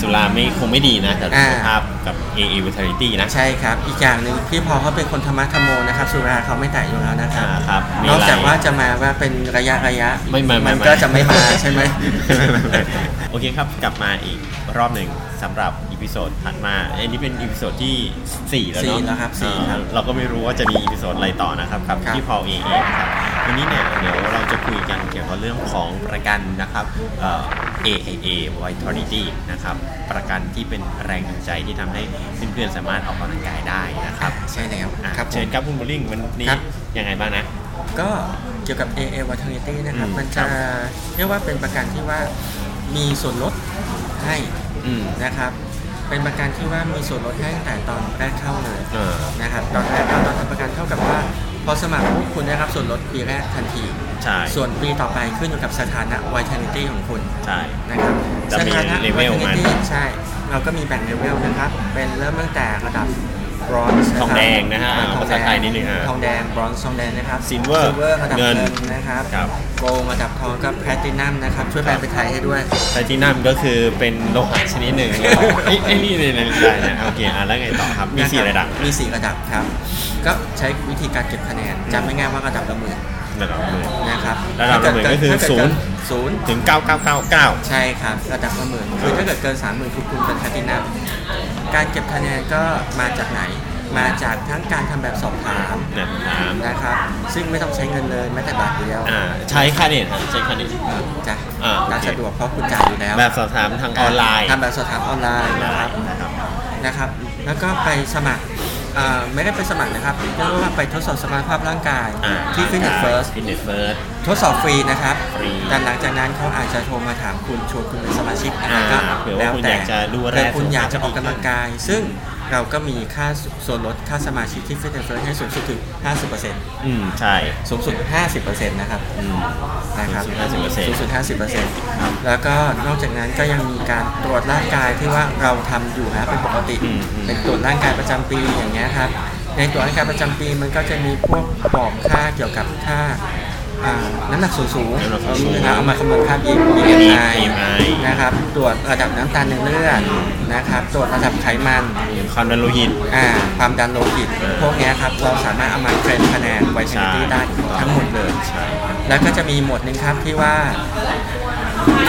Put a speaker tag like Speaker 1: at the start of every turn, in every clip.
Speaker 1: สุราไม่คงไม่ดีนะกับ
Speaker 2: อ่า
Speaker 1: สุขภาพกับ AA Vitality นะ
Speaker 2: ใช่ครับ อีกอย่างหนึ่งพี่พอเขาเป็นคนธรรมะธรรมโมนะครับ สุราเขาไม่แตะอยู่แล้วนะครับ
Speaker 1: อ่าครับมี
Speaker 2: นอกจาก
Speaker 1: หลย
Speaker 2: ว่าจะมาว่าเป็นระยะระยะ
Speaker 1: ไม่ไม่ไม่
Speaker 2: มัน
Speaker 1: ไม่
Speaker 2: ก็จะ ไม่มาใช่ไหม
Speaker 1: ไม่ไม่ไม่โอเคครับ กลับมาอีกรอบหนึ่งสำหรับอีพิโซดถัดมาอันนี้เป็นอีพิโซดที่ 4 แล้วเนาะ
Speaker 2: สี่แล้วครับสี่ครับ
Speaker 1: เอ่อเราก็ไม่รู้ว่าจะมีอีพิโซดอะไรต่อนะครับครับ
Speaker 2: ครับ
Speaker 1: ที่พอเองนะครับวันนี้เนี่ยเดี๋ยวเราจะคุยกันเกี่ยวกับเรื่องของประกันนะครับเอ่อ AIA Vitality นะครับประกันที่เป็นแรงจูงใจที่ทำให้เพื่อนๆสามารถออกกำลังกายได้นะครับ
Speaker 2: ใช่แล้ว
Speaker 1: อ่ะ
Speaker 2: ครับผม
Speaker 1: เชิญครับคุณบูลลิงวันนี้
Speaker 2: ครับ
Speaker 1: ยังไงบ้างนะ
Speaker 2: ก็เกี่ยวกับ AA Vitality นะครับ
Speaker 1: อืม
Speaker 2: มัน
Speaker 1: ค
Speaker 2: จะ
Speaker 1: รับ
Speaker 2: เรียกว่าเป็นประกันที่ว่ามีส่วนลดให้
Speaker 1: อืม
Speaker 2: นะครับ เป็นประกันที่ว่ามีส่วนลดให้ตั้งแต่ตอนแรกเข้าเลย
Speaker 1: เออ
Speaker 2: นะครับตอนแรกเข้าตอนทำประกันเท่ากับว่า พอสมัครปุ๊บคุณได้รับส่วนลดปีแรกทันที
Speaker 1: ใช่
Speaker 2: ส่วนปีต่อไปขึ้นอยู่กับสถานะ Vitality ของคุณ
Speaker 1: ใช่
Speaker 2: นะครับ
Speaker 1: จะมี
Speaker 2: สถานะ
Speaker 1: เลเวลมัน
Speaker 2: Vitality ใช่ เราก็มีแบ่งเลเวลนะครับ เป็นเริ่มตั้งแต่ระดับ bronze
Speaker 1: ทองแดงนะฮะ
Speaker 2: ครับ
Speaker 1: อ่าภาษาไทยนิดหนึ่งอ่า
Speaker 2: ทองแดง bronze ทองแดงนะครับ
Speaker 1: silver
Speaker 2: ระดับ
Speaker 1: เงิ
Speaker 2: เงิ
Speaker 1: น
Speaker 2: นนะครับ
Speaker 1: ครับ
Speaker 2: gold ระดับทองก็ platinum นะครับ ช่วยแปลเป็นไทยให้ด้วย
Speaker 1: ไทตินัมก็คือเป็นโลหะชนิดหนึ่งไอ้ไอ้นี่เลยนะได้นะโอเคอ่ะแล้วไงต่อครับ มี
Speaker 2: นค
Speaker 1: สี่ระดับ
Speaker 2: มีสี่ระดับครับ ก็ใช้วิธีการเก็บคะแนนจำไม่ง่ายๆว่าระดับละหมื่น
Speaker 1: ระดับหมื่น
Speaker 2: นะครับ
Speaker 1: ระดับละหมื่นก็คือ
Speaker 2: ถ้าเ
Speaker 1: ศูนย์
Speaker 2: ศูนย์
Speaker 1: ถึง 9999
Speaker 2: ใช่ครับระดับละหมื่นคือถ้าเกิดเกิน 3 0,000คือคุณเป็นแพลตินัมการเก็บคะแนนก็มาจากไหน มาจากทั้งการทำแบบสอบถาม
Speaker 1: นะถาม
Speaker 2: นะครับ ซึ่งไม่ต้องใช้เงินเลยแม้แต่บาทเดียว
Speaker 1: อ่าใช้ค่าเน็ตฮะใช้ค่าเน็ต
Speaker 2: จ้ะ
Speaker 1: อ่าโอเค
Speaker 2: ร้านสะดวกเพราะคุณจ่ายอยู่แล้ว
Speaker 1: แบบสอบถามทางออนไลน์
Speaker 2: ทำแบบสอบถามออนไลน์
Speaker 1: ไล
Speaker 2: นะครับ
Speaker 1: น์นะครับ
Speaker 2: นะครับ แล้วก็ไปสมัครเอ่อไม่ได้ไปสมัครนะครับเรียกว่าไปทดสอบสมรรถภาพร่างกาย
Speaker 1: อ่า
Speaker 2: ที่ฟิตเนสเฟิร์ส
Speaker 1: ฟิตเนสเฟิร์ส
Speaker 2: ทดสอบฟรีนะครับ
Speaker 1: ฟรี
Speaker 2: แต่หลังจากนั้นเขาอาจจะโทรมาถามคุณชวนคุณเป็นสมาชิกอะไรก็
Speaker 1: อ่าเผื่อว่า
Speaker 2: แล้ว
Speaker 1: คุณอ
Speaker 2: แต่
Speaker 1: ยากจะดูแล
Speaker 2: เผื่อคุณอยากจะอ
Speaker 1: สุ
Speaker 2: อก
Speaker 1: ข
Speaker 2: กำ
Speaker 1: ภาพ
Speaker 2: ลังกาย ซึ่งเราก็มีค่าส่วนลดค่าสมาชิกที่ฟิตเนสเฟิร์สให้สูงสุดถึง 50%
Speaker 1: อืมใช่
Speaker 2: สูงสุด 50%นะครับ
Speaker 1: อืม
Speaker 2: นะครับ
Speaker 1: สูงสุด50%
Speaker 2: สูงสุด 50%แล้วก็นอกจากนั้นก็ยังมีการตรวจร่างกายที่ว่าเราทำอยู่นะเป็นปกติ
Speaker 1: อืมอืม
Speaker 2: เป็นตรวจร่างกายประจำปีอย่างเงี้ยครับ ในตรวจร่างกายประจำปีมันก็จะมีพวกบอกค่าเกี่ยวกับค่าอ่าน้ำหนักสูงสูง
Speaker 1: น้ำหนักสูง
Speaker 2: เอามือนะเอามาคำนวณค่า B- BMI
Speaker 1: BMI
Speaker 2: นะครับ ตรวจระดับน้ำตาลในเลือดนะครับ ตรวจระดับไขมัน
Speaker 1: ความดันโลหิต
Speaker 2: อ่าความดันโลหิต
Speaker 1: เออ
Speaker 2: พวกเนี้ยครับเราสามารถเอามาเทรนคะแนนไวท์ช
Speaker 1: ใช่
Speaker 2: นิได้ทั้งหมดเลย
Speaker 1: ใช่
Speaker 2: แล้วก็จะมีหมวดหนึ่งครับที่ว่า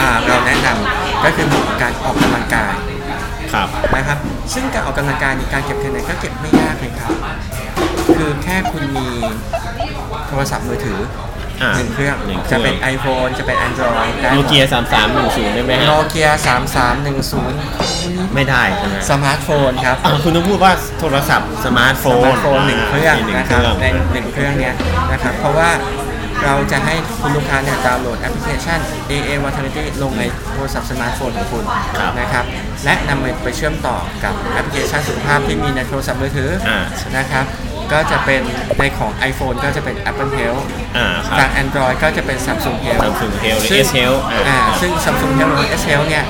Speaker 2: อ่าเราแนะนำก็คือหมวดการออกกำลังกาย
Speaker 1: ครับ
Speaker 2: นะครับ ซึ่งการออกกำลังกายในการเก็บคะแนนก็เก็บไม่ยากเลยครับ คือแค่คุณมีโทรศัพท์มือถืออา หนึ่งเครื่อง
Speaker 1: หนึ่งเครื่
Speaker 2: จะ
Speaker 1: อง
Speaker 2: เป็น iPhone จะเป็น Android ได้
Speaker 1: โนเกีย3310ได้ไหมฮะ
Speaker 2: โนเกียสามสามหนึ่งศูนย์
Speaker 1: ไม่ได้ใช่ไหม
Speaker 2: สมาร์ทโฟนครับ
Speaker 1: อ่ะคุณต้องพูดว่าโทรศัพท์สมาร์ทโฟ
Speaker 2: ส
Speaker 1: น
Speaker 2: มาร์ทโฟนหนึ่งเครื่อง
Speaker 1: หนึ่ง
Speaker 2: นะ
Speaker 1: เค
Speaker 2: ครับ
Speaker 1: รื่อง
Speaker 2: ในหนึ่งเครื่องเนี้ยนะครับ เพราะว่าเราจะให้คุณลูกค้าเนี่ยดาวน์โหลดแอปพลิเคชัน AA Vitality ลงในโทรศัพท์สมาร์ทโฟนของคุณนะครับ และนำไปเชื่อมต่อกับแอปพลิเคชันสุขภาพที่มีในโทรศัพท์มือถือ
Speaker 1: อ่า
Speaker 2: นะครับ ก็จะเป็นในของ iPhone ก็จะเป็น Apple Health
Speaker 1: อ่าค
Speaker 2: จา
Speaker 1: รับ
Speaker 2: ก Android ก็จะเป็น Samsung Health
Speaker 1: Samsung Health หรือ
Speaker 2: ซึ่ง
Speaker 1: S Health อ่า
Speaker 2: อ่าซึ่ง Samsung Health หรือ S Health เนี่ย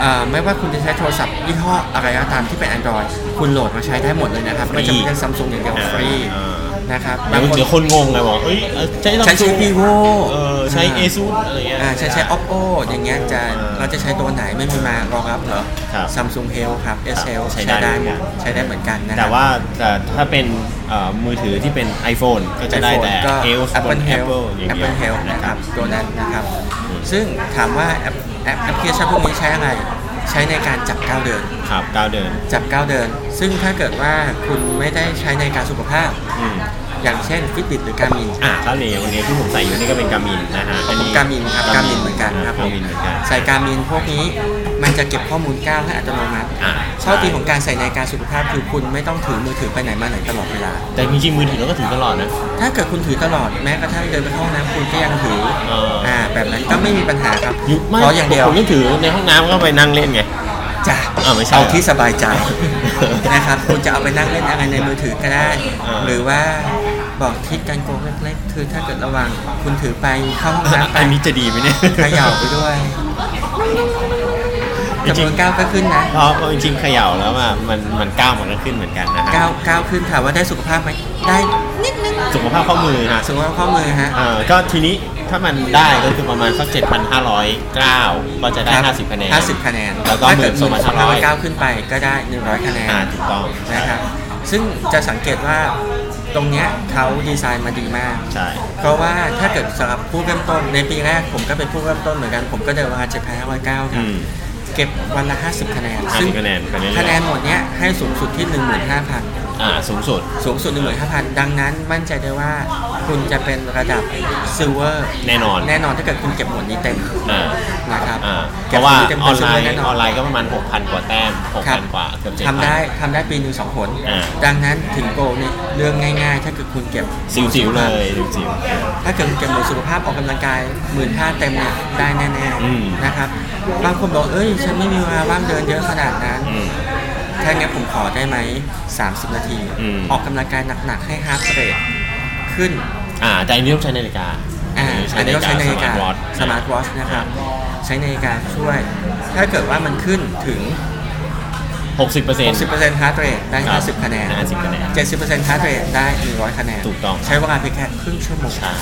Speaker 2: เอ่อไม่ว่าคุณจะใช้โทรศัพท์ยี่ห้ออะไรก็ตามที่เป็น Android คุณโหลดมาใช้ได้หมดเลยนะครับ ไม่จำเป็นต้อง Samsung อย่างเดียวฟรี
Speaker 1: อ่า
Speaker 2: นะครับ
Speaker 1: เดี๋ยวเดี๋ยวคนงงไงบอกเฮ้ยเอ่อใช้
Speaker 2: ใช้ใช้
Speaker 1: Samsung
Speaker 2: vivo
Speaker 1: เออใช้ ASUS อะไรเงี้ย
Speaker 2: อ่าใช้ใช้ oppo อย่างเงี้ยจะ
Speaker 1: อ่า
Speaker 2: เราจะใช้ตัวไหนไม่มีมารองรับเหรอ
Speaker 1: ครับ
Speaker 2: Samsung Health ครับ S Health
Speaker 1: ใช้
Speaker 2: ใช้
Speaker 1: ได้
Speaker 2: ได้
Speaker 1: เหมือนกัน
Speaker 2: ใช้ได้เหมือนกันนะครับ
Speaker 1: แต่ว่าแต่ถ้าเป็นเอ่อมือถือที่เป็น iPhone ก็จะได้แต่
Speaker 2: ก็
Speaker 1: Health บน
Speaker 2: Apple Health
Speaker 1: Apple อย่างเดียว
Speaker 2: Apple Health
Speaker 1: นะ
Speaker 2: นะ
Speaker 1: ค
Speaker 2: ค
Speaker 1: รั
Speaker 2: รับ บตัวนั้นนะครับ
Speaker 1: อืม
Speaker 2: ซึ่งถามว่าแอปแอปแอปพลิเคชันพวกนี้ใช้อะไร ใช้ในการจับก้าวเดิน
Speaker 1: ครับก้าวเดิน
Speaker 2: จับก้าวเดิน ซึ่งถ้าเกิดว่าคุณไม่ได้ใช้ในการสุขภาพ
Speaker 1: อืม
Speaker 2: อย่างเช่นฟิตบิตหรือการมิน
Speaker 1: อ่ะแล้วเนี่ยวันนี้ที่ผมใส่อยู่นี่ก็เป็นกามินนะฮะอันนี้
Speaker 2: การมินครับการมินเหมือนกันครับผ
Speaker 1: กาม มินเหมือนกัน
Speaker 2: ใส่การมินพวกนี้มันจะเก็บข้อมูลก้าวให้อัตโนมัติ
Speaker 1: อ่า
Speaker 2: ข้อดี
Speaker 1: ใช่
Speaker 2: ของการใส่นาฬิกาสุขภาพคือคุณไม่ต้องถือมือถือไปไหนมาไหนตลอดเวลา
Speaker 1: แต่จริงๆมือถือเราก็ถือตลอดนะ
Speaker 2: ถ้าเกิดคุณถือตลอดแม้กระทั่งเดินไปเข้าห้องน้ำคุณก็ยังถือ
Speaker 1: เอออ่
Speaker 2: อ่าแบบนั้นก็ไม่มีปัญหาครับ
Speaker 1: ยุคไม่
Speaker 2: ขออย่างเดียว
Speaker 1: ผมยังถือในห้องน้ำก็ไปนั่งเล่นไง
Speaker 2: จ้ะ
Speaker 1: อ่าไม่ใช่
Speaker 2: เอาที่สบายใจ
Speaker 1: เออ
Speaker 2: นะครับคุณจะเอาไปนั่งเล่นอะไรในมือถือก็ได้
Speaker 1: อ่า
Speaker 2: หรือว่าบอกทิศการโกงเล็กๆคือถ้าเกิดระหวังคุณถือไปเข้าห้องน้ำไป
Speaker 1: อันนี้จะดีไหมเนี่ย
Speaker 2: เขย่าไปด้วย
Speaker 1: จริงๆ
Speaker 2: จำนวนก้าวก็ขึ้นนะ
Speaker 1: เพราะเพราะจริงๆเขย่าแล้วอ่ะมันมันก้าวมันก็ขึ้นเหมือนกันนะฮะ
Speaker 2: ก้าวก้าวขึ้นถามว่าได้สุขภาพไหมได้นิดนึง
Speaker 1: สุขภาพข้อมือฮะ
Speaker 2: สุขภาพข้อมือฮะ
Speaker 1: เอ่อก็ทีนี้ ถ้ามันได้ก็คือประมาณสัก7,509 ก็จะได้
Speaker 2: รับ
Speaker 1: 50 คะแนน
Speaker 2: 50 คะแนน
Speaker 1: แล้วก็
Speaker 2: ถ้าเกิด
Speaker 1: 12,500
Speaker 2: 1,509ขึ้นไปก็ได้ 100 คะแนน
Speaker 1: อ่าถูกต้อง
Speaker 2: นะครับ ซึ่งจะสังเกตว่าตรงเนี้ยเขาดีไซน์มาดีมาก
Speaker 1: ใช่
Speaker 2: เพราะว่าถ้าเกิดสำหรับผู้เริ่มต้นในปีแรกผมก็เป็นผู้เริ่มต้นเหมือนกัน ผมก็เดินมา7,509ค
Speaker 1: อื
Speaker 2: รับ
Speaker 1: ม
Speaker 2: เก็บวันละ 50 คะแนน
Speaker 1: 50
Speaker 2: ซึ่ง
Speaker 1: คะแนนไปเรื่อยๆ
Speaker 2: คะแนนหมดเนี้ยให้สูงสุดที่ 15,000
Speaker 1: อ่าสูงสุด
Speaker 2: สูงสุด15,000 ดังนั้นมั่นใจได้ว่าคุณจะเป็นระดับซิลเวอร์
Speaker 1: แน่นอน
Speaker 2: แน่นอนถ้าเกิดคุณเก็บหมวดนี้เต็ม
Speaker 1: อ่า
Speaker 2: นะครับ
Speaker 1: อ่าเพ
Speaker 2: เก็บ
Speaker 1: ราะ
Speaker 2: หม
Speaker 1: ว่า
Speaker 2: ดนี้
Speaker 1: ออน นไลน์
Speaker 2: เต็มเป็ซิลเวอร์แน่น
Speaker 1: อ
Speaker 2: อ
Speaker 1: อน นไลน์ก็ประมาณ 6,000 กว่าแต้ม
Speaker 2: ครับ
Speaker 1: 6,000 กว่าเกือบ7,000
Speaker 2: ทำได้ทำได้ปีหนึ่งสองผล
Speaker 1: อ่า
Speaker 2: ดังนั้นถึงโกลเนี่ยเรื่องง่ายๆ ถ้าเกิดคุณเก็บ
Speaker 1: สิวๆเลยสิว
Speaker 2: ถ้าเกิดคุณเก็บหมวดสุขภาพออกกำลังกายหมื่นห้าเต็มเนี่ยได้แน่
Speaker 1: อืม
Speaker 2: ๆนะครับบางคนบอกเอ้ย ฉันไม่มีเวลาว่างเดินเยอะขนาดนั้น
Speaker 1: ๆอืม
Speaker 2: ถ้างั้นผมขอได้ไหม 30 นาที
Speaker 1: อืม
Speaker 2: ออกกำลังกายหนักๆ ให้ฮาร์ดเรทขึ้น
Speaker 1: อ่าแต่อันนี้ต้องใช้นาฬิกา
Speaker 2: อ่าอันนี้ต้องใช้นาฬิกาส
Speaker 1: สมา
Speaker 2: มา
Speaker 1: ร์
Speaker 2: ร์
Speaker 1: ท
Speaker 2: ท
Speaker 1: วอ
Speaker 2: วอ
Speaker 1: ท
Speaker 2: ชนะครับ ใช้นาฬิกาช่วย ถ้าเกิดว่ามันขึ้นถึง
Speaker 1: หกสิบเปอร์เซ็นต์
Speaker 2: 60% heart rate ได้
Speaker 1: ครับ
Speaker 2: 50 คะแนน
Speaker 1: 50คะแนน
Speaker 2: 70% heart rate ได้ 100 คะแนน
Speaker 1: ถูกต้อง
Speaker 2: ใช้เวลาเพียงแค่ครึ่งชั่วโมง
Speaker 1: ใช่